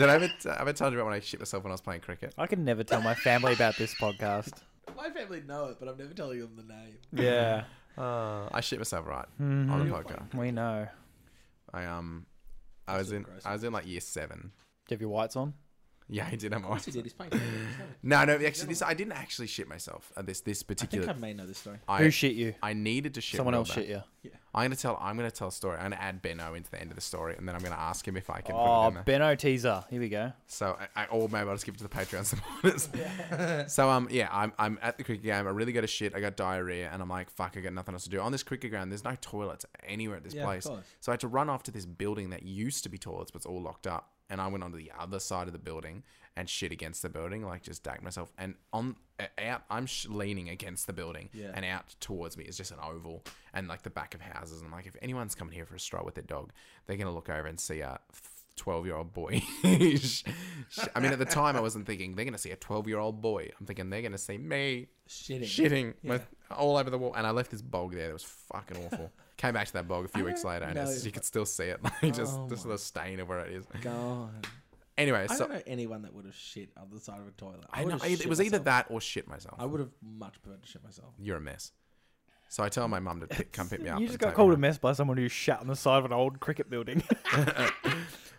C: ever, t- I ever told you about when I shit myself when I was playing cricket?
D: I can never tell my family about this podcast.
E: My family know it, but I'm never telling them the name.
D: Yeah,
C: Uh, I shit myself right on a podcast.
D: we know.
C: I um, I was in I was in like year seven.
D: Do you have your whites on?
C: Yeah, I did have my
E: Yes, he did. He's playing. I
C: No, no, actually, this I didn't actually shit myself. Uh, this this
E: think
C: particular.
E: I may know this story.
C: I,
D: Who shit you?
C: I needed to shit.
D: Someone
C: real bad.
D: else shit you.
C: I'm gonna tell. I'm gonna tell a story. I'm gonna add Benno into the end of the story, and then I'm gonna ask him if I can. put it
D: Oh,
C: in there.
D: Benno teaser. Here we go.
C: So I, I or maybe I'll just give it to the Patreon supporters. so um yeah, I'm I'm at the cricket game. I really go to shit. I got diarrhea, and I'm like, fuck, I got nothing else to do on this cricket ground. There's no toilets anywhere at this
E: Yeah, of
C: place.
E: course.
C: So I had to run off to this building that used to be toilets, but it's all locked up. And I went onto the other side of the building and shit against the building, like just dacked myself. And on uh, out, I'm sh- leaning against the building,
E: Yeah.
C: and out towards me is just an oval and like the back of houses. And I'm like, if anyone's coming here for a stroll with their dog, they're gonna look over and see a 12 year old boy. Sh- I mean, at the time, I wasn't thinking they're gonna see a 12 year old boy. I'm thinking they're gonna see me
E: Shitting.
C: shitting my- all over the wall. And I left this bog there. That was fucking awful. Came back to that bog a few weeks later, and
E: know.
C: it's, you could still see it, like just
E: Oh
C: just
E: my
C: the stain of where it is.
E: God.
C: Anyway,
E: I
C: so
E: don't know anyone that would have shit on the side of a toilet.
C: I know,
E: would've
C: it
E: shit
C: was either
E: myself.
C: that or shit myself.
E: I would have much preferred to shit myself.
C: You're a mess. So I tell my mum to pick, come pick me up. and
D: You just
C: take
D: got
C: me
D: called a
C: home.
D: mess by someone who shat on the side of an old cricket building.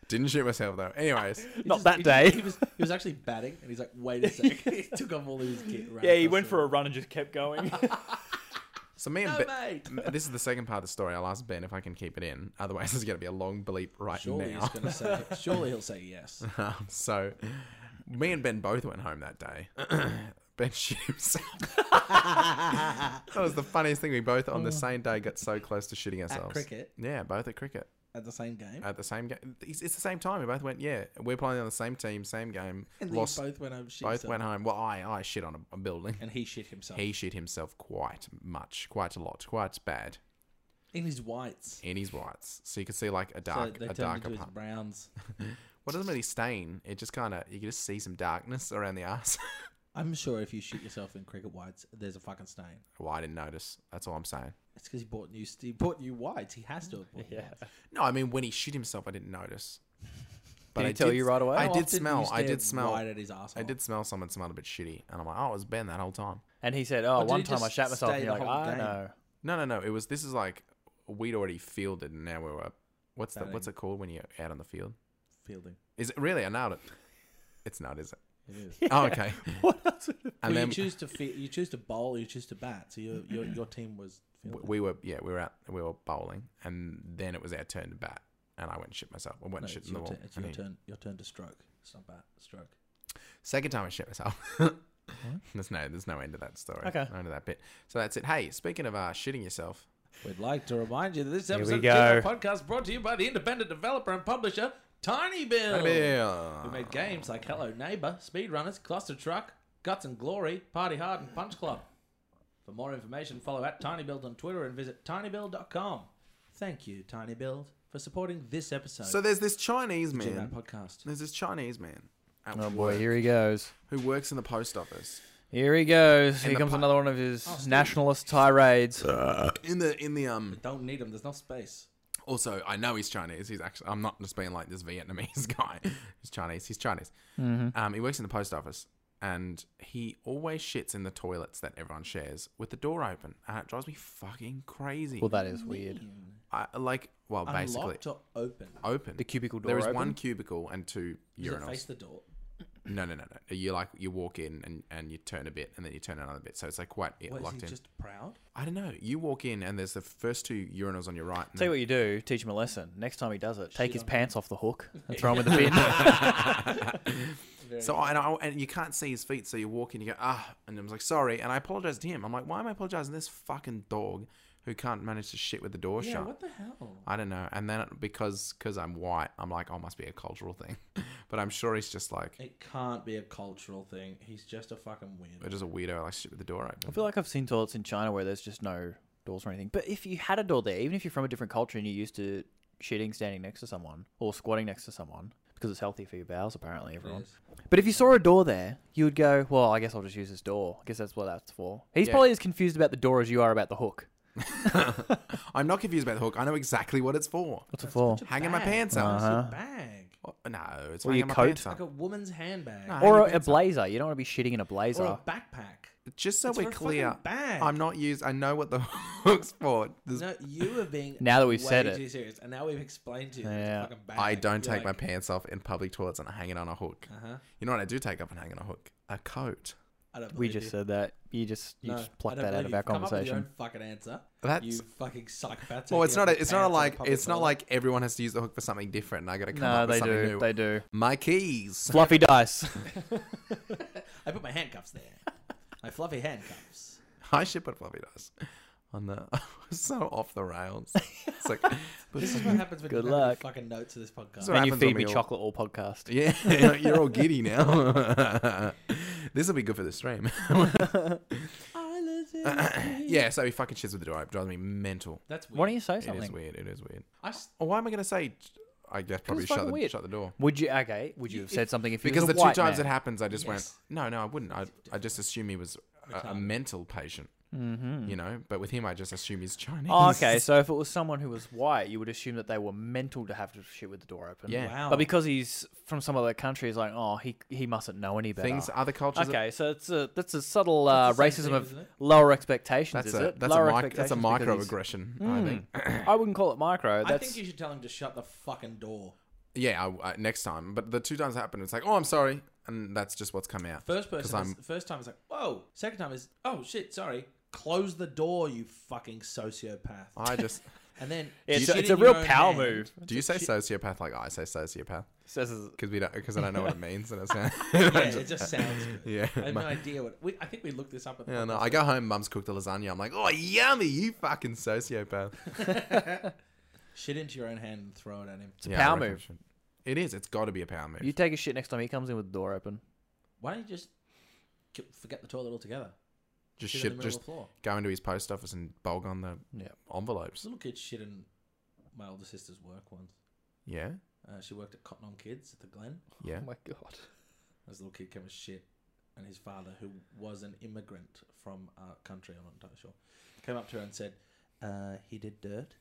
C: Didn't shoot myself though. Anyways,
E: He
D: Not
E: just-
D: that
E: he
D: day.
E: Just, he was he was actually batting, and he's like, "Wait a sec." he took off all his kit.
D: yeah, he went for a run and just kept going.
C: so me and
E: No,
C: Ben-
E: mate.
C: m- this is the second part of the story. I'll ask Ben if I can keep it in. Otherwise, it's gonna be a long bleep right
E: Surely
C: now.
E: he's gonna say. Surely he'll say yes.
C: Um, so me and Ben both went home that day. ben shit himself. that was the funniest thing. We both on the same day got so close to shitting ourselves.
E: Oh. cricket?
C: Yeah, both at cricket
E: At the same game,
C: at the same game. It's, it's the same time. We both went. Yeah, we're playing on the same team, same game.
E: and they
C: lost.
E: both went home. Shit
C: Both
E: himself,
C: went home. Well, I I shit on a, a building.
E: and he shit himself
C: He shit himself quite much, quite a lot, quite bad
E: in his whites.
C: in his whites. So you could see like a dark,
E: so they
C: a
E: turned
C: darker
E: into his
C: part.
E: browns.
C: Well, it doesn't really stain. It just kind of you can just see some darkness around the ass.
E: I'm sure if you shit yourself in cricket whites, there's a fucking stain.
C: well, I didn't notice. That's all I'm saying.
E: It's because he bought new he bought new whites. He has to have bought. Yeah.
C: No, I mean when he shit himself, I didn't notice. But
D: Did he
C: I
D: tell you right away?
E: Oh,
C: I
D: How
C: did smell. I did smell.
E: Right at his asshole.
C: I did smell someone smelled a bit shitty, and I'm like, oh, it was Ben that whole time.
D: And he said, "Oh,
E: Or
D: one
E: did he
D: time I
E: just
D: shat myself."
E: stay
D: And you're
E: the
D: like,
E: whole
D: "I
E: game?
D: know."
C: No, no, no. It was. This is like we'd already fielded, and now we were. What's the,
E: Batting.
C: what's it called when you're out on the field?
E: fielding.
C: Is it really? I nailed it. It's not, is it?
E: It is.
C: Oh, okay.
D: What else? would it-
C: And
E: well,
C: then
E: you choose to fi- you choose to bowl, you choose to bat. So your your, your team was
C: w-
E: fielding.
C: we were, yeah, we were out, we were bowling, and then it was our turn to bat, and I went and shit myself. I went
E: No,
C: and shit
E: it's
C: in the
E: your,
C: wall.
E: turn, it's
C: and
E: your
C: he-
E: turn. Your turn to stroke. It's not bat. Stroke.
C: Second time I shit myself. there's no, there's no end to that story.
D: Okay.
C: no end to that bit. So that's it. Hey, speaking of uh, shitting yourself,
E: We'd like to remind you that this
D: we
E: episode of Jigsaw
D: go.
E: Podcast brought to you by the independent developer and publisher Tiny Bill, who
C: Bill.
E: made games like Hello Neighbor, Speedrunners, Cluster Truck, Guts and Glory, Party Hard, and Punch Club. For more information, follow at Tiny Build on Twitter and visit tinybuild.com. Thank you, Tiny Build, for supporting this episode
C: So there's this Chinese
E: of Jigsaw
C: man.
E: Podcast.
C: There's this Chinese man at
D: Oh boy,
C: work
D: here he goes.
C: who works in the post office.
D: Here he goes.
C: the
D: here comes
C: pu-
D: another one of his nationalist tirades.
C: In the in the um.
E: Don't need them. There's no space.
C: Also, I know he's Chinese. He's actually. I'm not just being like this Vietnamese guy. he's Chinese. He's Chinese.
D: Mm-hmm.
C: Um, he works in the post office, and he always shits in the toilets that everyone shares with the door open, and it drives me fucking crazy.
D: well, that is weird.
C: I like well basically Oh,
E: Unlocked or open?
C: open
D: The cubicle door
C: There is
D: open?
C: one cubicle and two
E: Does it face
C: urinals.
E: the door?
C: No, no, no, no. You like you walk in and, and you turn a bit and then you turn another bit, so it's like quite it
E: What, is he
C: locked in.
E: just proud?
C: I don't know. You walk in and there's the first two urinals on your right. And
D: Tell you
C: then,
D: what you do. Teach him a lesson. Next time he does it, take his
E: on
D: pants off the hook and throw him in the bin.
C: so I and, I and you can't see his feet, so you walk in. You go ah, and I'm like sorry, and I apologize to him. I'm like, why am I apologizing to this fucking dog who can't manage to shit with the door
E: Yeah,
C: shut?
E: what the hell?
C: I don't know. And then because because I'm white, I'm like, oh, must be a cultural thing, but I'm sure he's just like.
E: It can't be a cultural thing. He's just a fucking weirdo.
C: Or just a weirdo like shit with the door open.
D: I feel like I've seen toilets in China where there's just no doors or anything. But if you had a door there, even if you're from a different culture and you're used to shitting standing next to someone or squatting next to someone because it's healthy for your bowels, apparently everyone.
E: is.
D: But if you saw a door there, you would go, "Well, I guess I'll just use this door. I guess that's what that's for." He's
C: Yeah.
D: probably as confused about the door as you are about the hook.
C: I'm not confused about the hook. I know exactly what it's for.
D: What's it for?
C: Hanging my pants up.
D: Uh-huh.
E: Where's your bag?
C: Oh, No, it's
D: Or
C: hanging
D: your
C: my
D: coat.
C: pants
E: Like
C: up.
E: a woman's handbag
C: No.
D: Or
C: hanging
D: a, a
C: pants up.
D: blazer. You don't want to be shitting in a blazer.
E: or a backpack.
C: Just so
E: It's
C: we're
E: for a fucking
C: clear,
E: bag.
C: I'm not used. I know what the hook's for. There's-
E: No, you are being
D: Now that we've
E: way
D: said it.
E: too serious, and now we've explained to you.
D: Yeah.
E: Yeah.
C: I don't take my pants off in public toilets and hang it on a hook.
E: Uh huh.
C: You know what I do take off and hang on a hook? A coat.
E: I don't.
D: We
E: believe
D: just
E: you.
D: said that. You just you
E: No,
D: just plucked
E: I don't
D: that out
E: believe
D: of
E: you.
D: our
E: Come up with your
D: conversation.
E: own fucking answer.
C: That's-
E: you fucking psychopath.
C: Well, it's
E: taking
C: not. A,
E: off your
C: it's not a,
E: pants in
C: like.
E: public
C: It's not
E: toilet.
C: like everyone has to use the hook for something different, and I got to come
D: No,
C: up with
D: they
C: something
D: do.
C: new.
D: They do.
C: My keys.
D: Fluffy dice.
E: I put my handcuffs there. my fluffy handcuffs.
C: I should put fluffy dice on the. so off the rails. It's like, but
E: This is what happens when
D: Good
E: you don't have any
D: luck.
E: fucking notes to this podcast.
C: So- What
D: and
C: happens
D: you
C: when
D: feed me
C: we all-
D: chocolate all podcast.
C: yeah, you're all giddy now. this will be good for the stream. Uh, yeah, so he fucking shits with the door. It drives me mental.
E: That's weird.
D: Why don't you say
C: It is
D: something?
C: weird. It is weird.
E: I s-
C: Oh, why am I going to say? I guess probably
D: it's
C: shut
D: fucking
C: the
D: weird.
C: shut the door.
D: Would you? Okay. Would you have said something if you
C: Because the
D: was a
C: two
D: white
C: times
D: man?
C: it happens, I just
E: Yes.
C: went, no, no, I wouldn't. I, I just assume he was a, a mental patient, mm-hmm. you know. But with him, I just assume he's Chinese.
D: Oh, okay, so if it was someone who was white, you would assume that they were mental to have to shit with the door open.
C: Yeah.
E: Wow.
D: But because he's from some other country, it's like, oh, he he mustn't know any better.
C: Things other cultures.
D: okay, so it's a that's a subtle uh,
E: the same
D: racism
E: thing,
D: of
E: isn't it?
D: lower expectations,
C: That's
D: is
C: a
D: it?
C: that's a,
D: lower
C: mic- that's a
D: expectations because Mm.
C: microaggression. I think.
D: he's- I wouldn't call it micro. That's
E: I think you should tell him to shut the fucking door.
C: Yeah, I, I, next time. But the two times that happened, it's like, oh, I'm sorry, and that's just what's come out.
E: First
C: 'Cause
E: person,
C: I'm-
E: is, first time is like, whoa. Second time is, oh shit, sorry. Close the door, you fucking sociopath.
C: I just.
E: And then
D: it's,
E: shit
D: a, it's
E: in
D: a
E: your
D: real
E: own
D: power
E: hand.
D: move.
C: Do you say sociopath like I say sociopath?
D: Says is-
C: Because we don't. Because I don't know what it means, and it's
E: Yeah, it just sounds good.
C: Yeah,
E: I have
C: my-
E: no idea what. We, I think we looked this up. At the
C: Yeah, no,
E: podcast.
C: I go home, mum's cooked a lasagna. I'm like, oh, yummy, you fucking sociopath.
E: Shit into your own hand and throw it at him.
C: It's a
D: power move.
C: It is. It's got to be a power move.
D: You take a shit next time he comes in with the door open.
E: Why don't you just k- forget the toilet altogether?
C: just
E: Shit,
C: shit,
E: in the middle
C: just
E: of the floor.
C: go into his post office and bog on the
D: Yeah.
E: This
C: envelopes.
E: little kid shit in my older sister's work once.
C: Yeah,
E: Uh, she worked at Cotton on Kids at the Glen.
C: yeah.
D: Oh my god.
E: This little kid came with shit, and his father, who was an immigrant from our country, I'm not entirely sure, came up to her and said, uh, "He did dirt."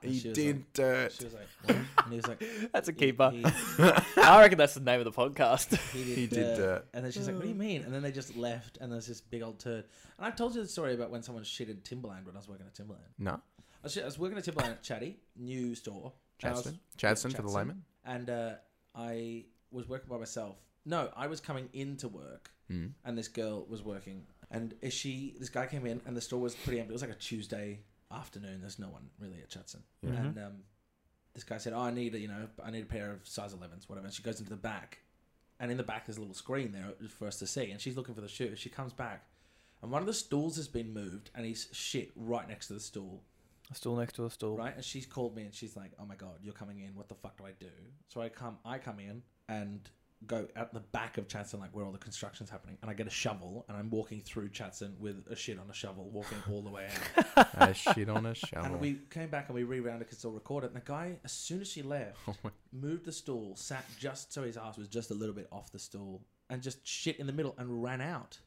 C: he
E: she was
C: did
E: like-
C: dirt.
E: She was like, "What?" and he was like,
D: That's a
E: "He-
D: keeper.
E: he-
D: I reckon that's the name of the podcast.
E: He did,
C: He did
E: dirt.
C: dirt. Oh.
E: And then she's like, What do you mean? And then they just left, and there's this big old turd. And I've told you the story about when someone shit in Timberland when I was working at Timberland.
C: No,
E: I was, I was working at Timberland at Chatty, new store. And I was-
C: Chadston. Chadston
E: yeah,
C: for the
E: Chadston.
C: layman.
E: And uh, I was working by myself. No, I was coming into work,
C: Hmm.
E: and this girl was working. And is she, this guy came in, and the store was pretty empty. It was like a Tuesday afternoon. There's no one really at Chadston. And um, this guy said, "Oh, I need a, you know, I need a pair of size 11s, whatever." And she goes into the back, and in the back there's a little screen there for us to see. And she's looking for the shoe. She comes back, and one of the stools has been moved, and he's shit right next to the stool,
D: Stool next to a stool.
E: right? And she's called me, and she's like, "Oh my god, you're coming in. What the fuck do I do?" So I come, I come in, and go at the back of Chadston, like where all the construction's happening, and I get a shovel, and I'm walking through Chadston with a shit on a shovel, walking all the way out.
C: I shit on a shovel.
E: And we came back and we rerounded because it's all recorded. And the guy, as soon as she left,
C: Oh
E: moved the stool, sat just so his ass was just a little bit off the stool, and just shit in the middle and ran out.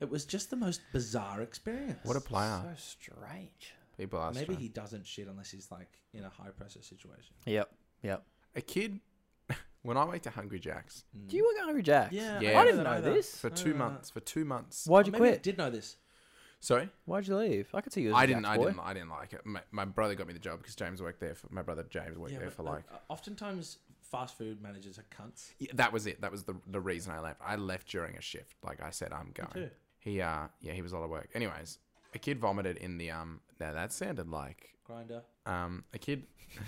E: It was just the most bizarre experience.
C: What a player.
D: So strange.
C: People ask.
E: Maybe
C: Maybe
E: he doesn't shit unless he's like in a high pressure situation.
D: Yep. Yep.
C: a kid. when I went to Hungry Jack's
D: Do you work at Hungry Jack's?
E: Yeah,
C: Yeah.
D: I
C: I
D: didn't
E: don't
D: know
E: either.
D: this.
C: for two months, for two months.
D: Why'd you
E: Or maybe I
D: quit?
E: did know this.
C: Sorry.
D: Why'd you leave? I could see you. As a
C: I didn't.
D: Jack's
C: I
D: boy.
C: didn't. I didn't like it. My, my brother got me the job because James worked there. For, my brother James worked
E: Yeah,
C: there
E: but,
C: for
E: uh,
C: like.
E: oftentimes fast food managers are cunts.
C: Yeah, that was it. That was the the reason I left. I left during a shift. Like I said, I'm going.
E: too.
C: He uh yeah he was a lot of work. Anyways, a kid vomited in the um. Now that sounded like
E: Grinder.
C: um a kid.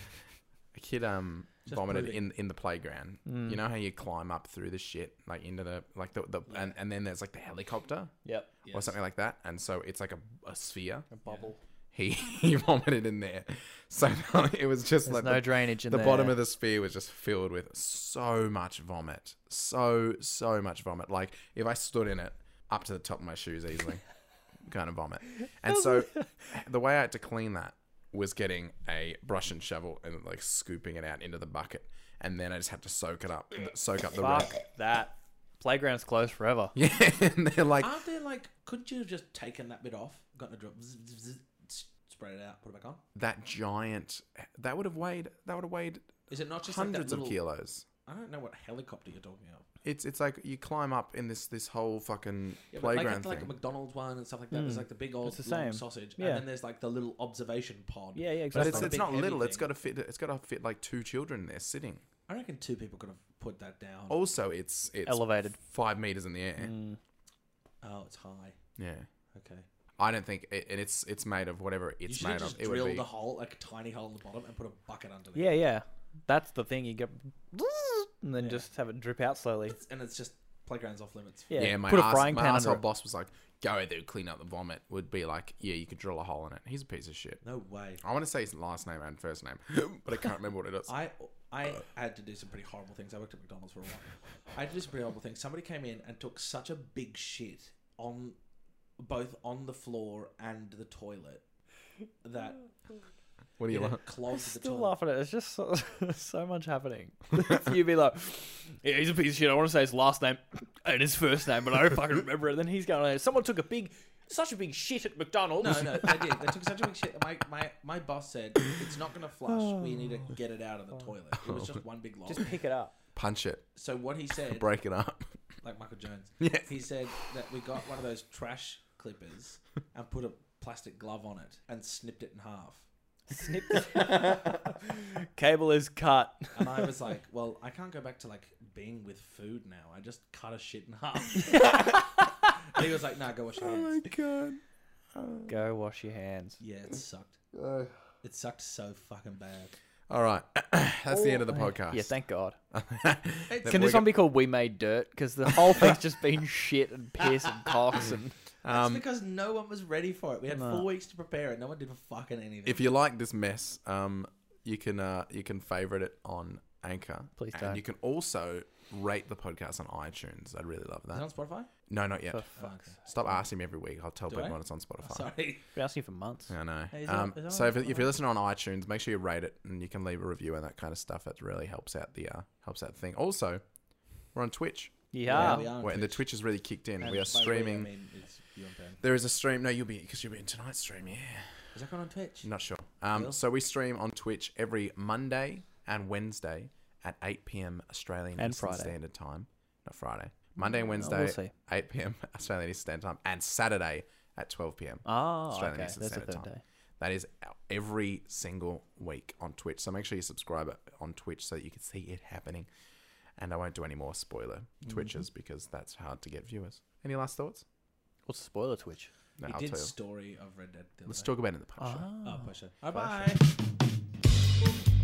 C: A kid um
E: Just Mm.
C: vomited
E: breathing.
C: in in the playground. You know how you climb up through the shit like into the like the, the and, and then there's like the helicopter
D: Yep.
C: or something like that. And so it's like a, a sphere.
D: A bubble.
C: He he vomited in there. So it was just
D: There's
C: like
D: no
C: the-
D: drainage in
C: the
D: there.
C: bottom of the sphere was just filled with so much vomit so so much vomit like if i stood in it up to the top of my shoes easily kind of vomit and so the way i had to clean that was getting a brush and shovel and like scooping it out into the bucket and then i just had to soak it up soak up the
D: Fuck
C: rest
D: that. Playground's closed forever.
C: yeah and they're like
E: Aren't they like? Couldn't you have just taken that bit off, gotten a drop, zzz, zzz, zzz, s- spread it out, put it back on?
C: that giant that would have weighed that would have weighed
E: Is it not just like that
C: hundreds
E: little-
C: of kilos
E: I don't know what helicopter you're talking about.
C: It's it's like you climb up in this this whole fucking
E: Yeah, but like,
C: playground
E: it's like a
C: thing.
E: McDonald's one and stuff like that. There's like the big old
D: Hmm. It's the
E: long
D: same.
E: sausage,
D: Yeah.
E: and then there's like the little observation pod.
D: Yeah, yeah,
E: But
C: but
D: exactly.
C: it's
E: a
C: it's
E: big
C: not
E: heavy
C: little. It's
E: thing.
C: got to fit. It's got to fit like two children there sitting.
E: I reckon two people could have put that down. Oh,
C: Also, it's it's
D: Elevated. Mm.
C: five meters in the air.
E: Oh, it's high.
C: Yeah,
E: Okay.
C: I don't think, it, and it's it's made of whatever
E: You
C: it's
E: should
C: made
E: just
C: of. It
E: drill
C: would be.
E: the hole, like a tiny hole in the bottom, and put a bucket under it.
D: yeah, yeah. That's the thing. You get and then just have it drip out slowly.
E: And it's just playgrounds off limits.
D: Yeah,
C: yeah, my
D: put a
C: arse-
D: frying
C: my
D: pan
C: asshole
D: under. it.
C: boss was like, "Go there, clean up the vomit." Would be like, "Yeah, you could drill a hole in it." He's a piece of shit.
E: No way.
C: I want to say his last name and first name, but I can't remember what it is.
E: I I had to do some pretty horrible things. I worked at McDonald's for a while. I had to do some pretty horrible things. Somebody came in and took such a big shit on both on the floor and the toilet that
C: What do
E: it
C: you
E: had
C: want?
E: clogged the
D: Still
E: toilet.
D: laughing at it. It's just so, so much happening. You'd be like, yeah, he's a piece of shit. I want to say his last name and his first name, but I don't fucking remember it. Then he's going, "Oh, someone took a big, such a big shit at McDonald's.
E: No, no, they did. They took such a big shit. that My my, my boss said it's not going to flush. We need to get it out of the toilet. It was just one big log.
D: Just pick it up.
C: Punch it,
E: So what he said,
C: break it up.
E: like Michael Jones,
C: Yes.
E: he said that we got one of those trash clippers and put a plastic glove on it and snipped it in half.
D: Snip. Cable is cut.
E: And I was like, well, I can't go back to like being with food now. I just cut a shit in half. and he was like, nah, go wash your hands.
C: Oh God.
D: Go wash your hands.
E: Yeah, it sucked. It sucked so fucking bad.
C: All right, that's the
E: Oh,
C: end of the podcast.
D: Yeah, thank God.
C: Then
D: Can this
C: we're
D: one be called We Made Dirt? Because the whole thing's just been shit and piss and cocks and
E: That's
C: Um,
E: because no one was ready for it. We had four weeks to prepare it. No one did fucking anything.
C: if you like this mess, um, you can uh, you can favorite it on Anchor.
D: Please
C: and
D: don't.
C: you can also rate the podcast on iTunes. I'd really love
E: Is it on
C: that.
E: Spotify?
C: No, not yet.
E: Fuck.
C: Stop asking me every week. I'll tell people
E: I?
C: when it's on Spotify.
E: Sorry.
D: been asking you for months.
C: I know.
E: Hey, is that-
C: um,
E: is that
C: so
E: on
C: if, if you're listening on iTunes, make sure you rate it and you can leave a review and that kind of stuff. That really helps out the uh, helps out the thing. Also, we're on Twitch.
D: Yeah.
E: we are. on
C: Wait, and the
E: Twitch.
C: Twitch has really kicked in.
E: And
C: we
E: by
C: are
E: we, I
C: streaming.
E: mean, it's you and Ben.
C: There is a stream. No, you'll be because you'll be in tonight's stream. Yeah,
E: Is that going on Twitch?
C: not sure. Um, so we stream on Twitch every Monday and Wednesday at 8 p.m. Australian
D: And
C: Eastern
D: Friday. Mm,
C: Standard Time. Not Friday. Monday and
D: we'll
C: Wednesday,
D: see.
C: 8 p.m. Australian Eastern Standard Time, and Saturday at 12 p.m.
D: Oh,
C: Australian
D: okay.
C: Eastern
D: That's the
C: Standard
D: third
C: Time.
D: day.
C: That is out every single week on Twitch. So make sure you subscribe on Twitch so that you can see it happening. And I won't do any more spoiler
D: Mm-hmm.
C: Twitches because that's hard to get viewers. Any last thoughts?
D: What's the spoiler twitch?
C: No,
E: we
C: I'll
E: did
C: tell you. Ah.
E: story of Red Dead. Oh, the other
D: Oh.
C: Let's
E: day.
C: talk about it in the punch.
E: Oh, Bye bye.